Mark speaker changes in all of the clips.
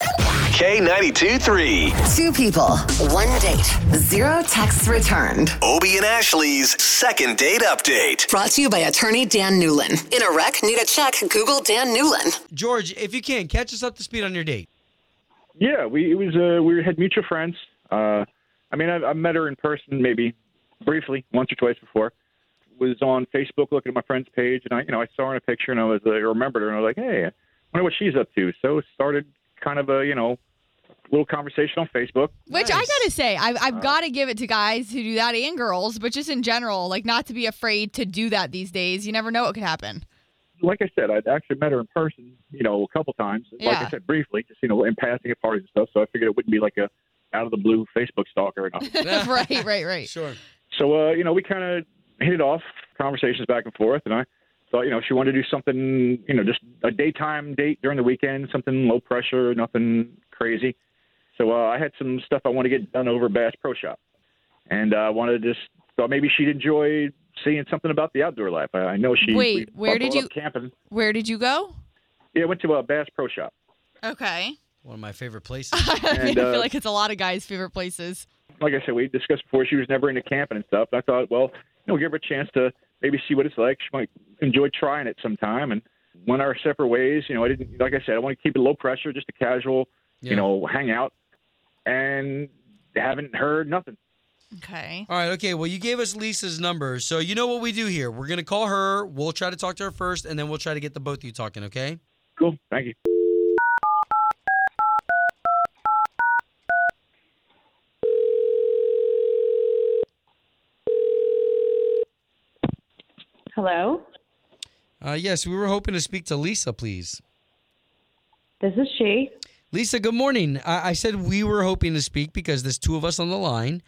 Speaker 1: K92 3.
Speaker 2: Two people, one date, zero texts returned.
Speaker 1: Obie and Ashley's second date update.
Speaker 2: Brought to you by attorney Dan Newlin. In a wreck, need a check, Google Dan Newlin.
Speaker 3: George, if you can, catch us up to speed on your date.
Speaker 4: Yeah, we it was uh, we had mutual friends. Uh, I mean, I, I met her in person maybe briefly once or twice before. Was on Facebook looking at my friend's page, and I you know I saw her in a picture, and I was uh, remembered her, and I was like, hey, I wonder what she's up to. So started kind of a you know little conversation on Facebook.
Speaker 5: Which I
Speaker 3: Nice.
Speaker 5: gotta say, I've, I've got to give it to guys who do that and girls, but just in general, like not to be afraid to do that these days. You never know what could happen.
Speaker 4: Like I said, I'd actually met her in person, you know, a couple times. Like
Speaker 5: Yeah.
Speaker 4: I said, briefly, just you know, in passing at parties and stuff. So I figured it wouldn't be like a out of the blue Facebook stalker or nothing.
Speaker 5: right, right, right.
Speaker 3: Sure.
Speaker 4: So, uh, you know, we kind of hit it off, conversations back and forth, and I thought, you know, she wanted to do something, you know, just a daytime date during the weekend, something low pressure, nothing crazy. So uh, I had some stuff I want to get done over at Bass Pro Shop, and I uh, wanted to just thought maybe she'd enjoy seeing something about the outdoor life. I, I know she.
Speaker 5: Wait,
Speaker 4: we
Speaker 5: where did
Speaker 4: buckled
Speaker 5: you-
Speaker 4: up camping?
Speaker 5: Where did you go?
Speaker 4: Yeah, I went to uh, Bass Pro Shop.
Speaker 5: Okay.
Speaker 3: One of my favorite places.
Speaker 5: I
Speaker 4: And,
Speaker 5: feel
Speaker 4: uh,
Speaker 5: like it's a lot of guys' favorite places.
Speaker 4: like I said, we discussed before she was never into camping and stuff. I thought, well, you know, give her a chance to maybe see what it's like. She might enjoy trying it sometime. And went our separate ways. You know, I didn't like I said, I want to keep it low pressure, just a casual,
Speaker 3: Yeah.
Speaker 4: you know, hangout. And haven't heard nothing.
Speaker 5: Okay.
Speaker 3: All right, okay. Well, you gave us Lisa's number, so you know what we do here. We're gonna call her. We'll try to talk to her first, and then we'll try to get the both of you talking. Okay?
Speaker 4: Cool. Thank you.
Speaker 6: Hello,
Speaker 3: Uh, yes, we were hoping to speak to Lisa, please.
Speaker 6: this is she.
Speaker 3: Lisa, good morning. I, I said we were hoping to speak because there's two of us on the line,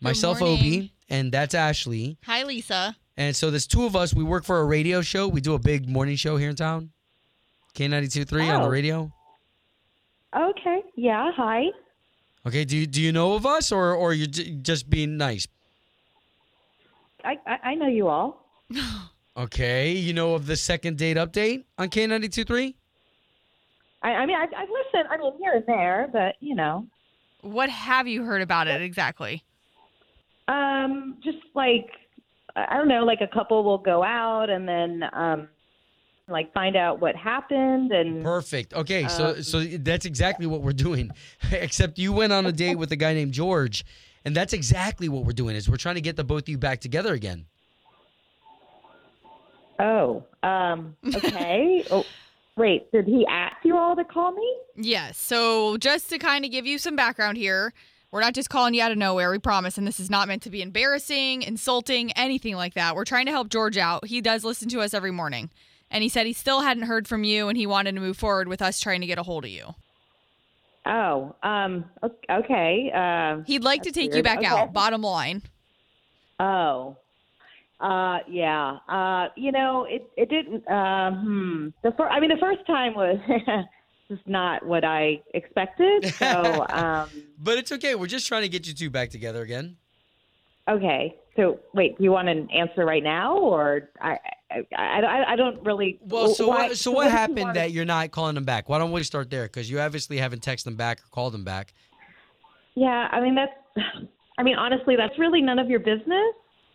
Speaker 3: myself,
Speaker 5: morning.
Speaker 3: Obie, and that's Ashley.
Speaker 5: Hi, Lisa.
Speaker 3: And so there's two of us. We work for a radio show. We do a big morning show here in town, K92.3 on the
Speaker 6: Oh.
Speaker 3: radio.
Speaker 6: Okay, yeah, hi.
Speaker 3: Okay. Do you, do you know of us, or or you're j- just being nice?
Speaker 6: I, I I know you all.
Speaker 3: Okay. You know of the second date update on K92.3?
Speaker 6: I, I mean, I've, I've listened. I mean, here and there, but you know,
Speaker 5: What have you heard about it exactly?
Speaker 6: um, just like I I don't know, like a couple will go out and then um, like find out what happened and
Speaker 3: Perfect. Okay, so so that's exactly what we're doing. Except you went on a date with a guy named George, and that's exactly what we're doing. Is we're trying to get the both of you back together again.
Speaker 6: oh, um, okay. oh, wait, did he ask you all to call me?
Speaker 5: Yes. So, just to kind of give you some background here, we're not just calling you out of nowhere, we promise. And this is not meant to be embarrassing, insulting, anything like that. We're trying to help George out. He does listen to us every morning. And he said he still hadn't heard from you and he wanted to move forward with us trying to get a hold of you.
Speaker 6: Oh, um, o- okay. Uh,
Speaker 5: He'd like to
Speaker 6: That's
Speaker 5: take you
Speaker 6: weird.
Speaker 5: back
Speaker 6: Okay.
Speaker 5: out, bottom line.
Speaker 6: Oh. Uh yeah. Uh you know, it it didn't uh, hmm. The fir- I mean the first time was just not what I expected. So um
Speaker 3: But it's okay. We're just trying to get you two back together again.
Speaker 6: okay. So wait, do you want an answer right now or I I I, I don't really
Speaker 3: Well, so
Speaker 6: why-
Speaker 3: what, so what
Speaker 6: did you
Speaker 3: happened
Speaker 6: want-
Speaker 3: that you're not calling them back? Why don't we start there? Because you obviously haven't texted them back or called them back.
Speaker 6: Yeah, I mean that's I mean honestly, that's really none of your business.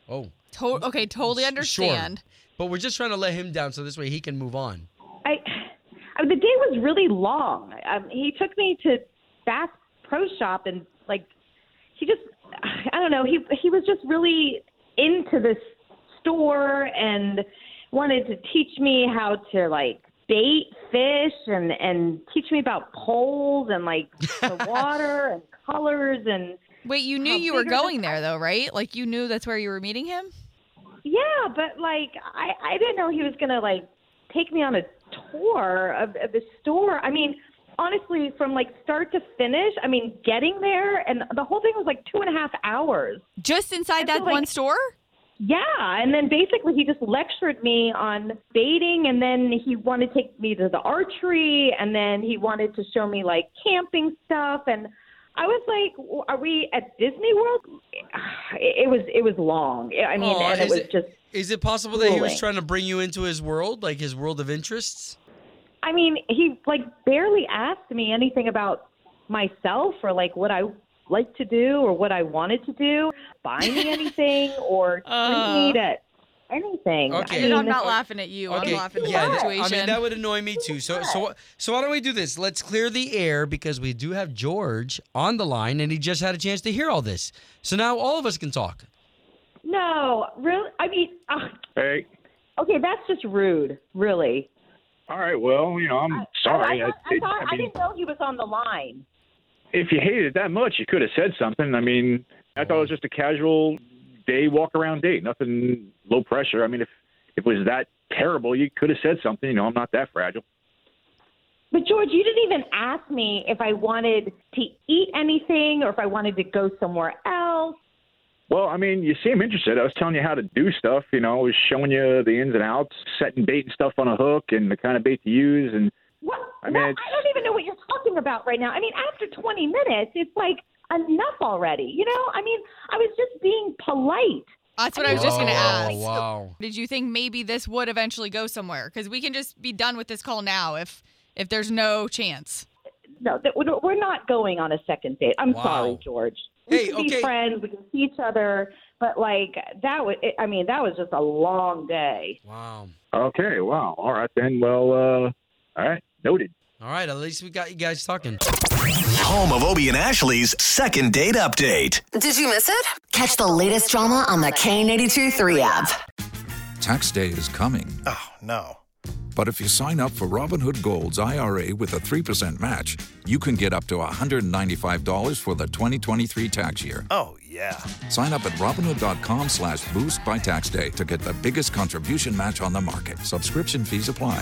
Speaker 3: Oh,
Speaker 6: Mm-hmm.
Speaker 5: To- okay, totally understand.
Speaker 3: but we're just trying to let him down so this way he can move on.
Speaker 6: I, I mean, the day was really long. Um, he took me to Bass Pro Shop and like he just I don't know he he was just really into this store and wanted to teach me how to like bait fish and and teach me about poles and like the water and colors and
Speaker 5: Wait, you knew
Speaker 6: How
Speaker 5: you were
Speaker 6: big are the
Speaker 5: going there though, right? Like you knew that's where you were meeting him?
Speaker 6: Yeah, but like I I didn't know he was gonna like take me on a tour of, of the store. I mean, honestly, from like start to finish, I mean, getting there and the whole thing was like two and a half hours.
Speaker 5: Just inside that
Speaker 6: like-
Speaker 5: one store?
Speaker 6: Yeah, and then basically he just lectured me on dating, and then he wanted to take me to the archery, and then he wanted to show me like camping stuff, and I was like, "W- "Are we at Disney World?" It it was it was long. I mean,
Speaker 3: Aw,
Speaker 6: and it
Speaker 3: is
Speaker 6: was
Speaker 3: it-
Speaker 6: just.
Speaker 3: Is it possible that he was
Speaker 6: Ruling.
Speaker 3: trying to bring you into his world, like his world of interests?
Speaker 6: I mean, he like barely asked me anything about myself or like what I like to do or what I wanted to do, buy me anything or treat me to anything. I
Speaker 3: Okay.
Speaker 5: And
Speaker 6: mean,
Speaker 5: I'm not laughing at you. I'm laughing at
Speaker 3: yeah,
Speaker 5: the
Speaker 3: that-
Speaker 5: situation.
Speaker 3: I mean that would annoy me too. So so so why don't we do this? Let's clear the air because we do have George on the line, and he just had a chance to hear all this. So now all of us can talk.
Speaker 6: No, really. I mean, uh,
Speaker 4: Hey,
Speaker 6: okay, that's just rude, really.
Speaker 4: all right. Well, you know, I'm sorry.
Speaker 6: I, I, thought- I,
Speaker 4: it-
Speaker 6: thought, I
Speaker 4: mean,
Speaker 6: didn't know he was on the line.
Speaker 4: if you hated it that much, you could have said something. I mean, I thought it was just a casual day walk around date, nothing low pressure. I mean, if, if it was that terrible, you could have said something. You know, I'm not that fragile.
Speaker 6: But George, you didn't even ask me if I wanted to eat anything or if I wanted to go somewhere else.
Speaker 4: Well, I mean, you seem interested. I was telling you how to do stuff. You know, I was showing you the ins and outs, setting bait and stuff on a hook, and the kind of bait to use. And
Speaker 6: What?
Speaker 4: I mean,
Speaker 6: what?
Speaker 4: it's-
Speaker 6: I don't even know what you're talking about right now. I mean, after 20 minutes, it's like enough already. You know, I mean, I was just being polite.
Speaker 5: That's what I was just going to
Speaker 3: Oh,
Speaker 5: ask.
Speaker 3: Wow.
Speaker 5: Did you think maybe this would eventually go somewhere? Because we can just be done with this call now if if there's no chance.
Speaker 6: No, that we're we're not going on a second date. I'm
Speaker 3: Wow.
Speaker 6: sorry, George. We
Speaker 3: Hey,
Speaker 6: can
Speaker 3: okay.
Speaker 6: be friends. We can see each other. But like that was, I mean, that was just a long day.
Speaker 3: Wow.
Speaker 4: okay, wow, all right then. Well, uh, all right, noted.
Speaker 3: All right, at least we got you guys talking.
Speaker 1: Home of Obie and Ashley's second date update.
Speaker 2: Did you miss it? Catch the latest drama on the K82 3 app.
Speaker 7: Tax day is coming.
Speaker 8: Oh, no.
Speaker 7: But if you sign up for Robinhood Gold's IRA with a 3% match, you can get up to $195 for the 2023 tax year.
Speaker 8: Oh, yeah.
Speaker 7: Sign up at Robinhood.com slash boost by tax day to get the biggest contribution match on the market. Subscription fees apply.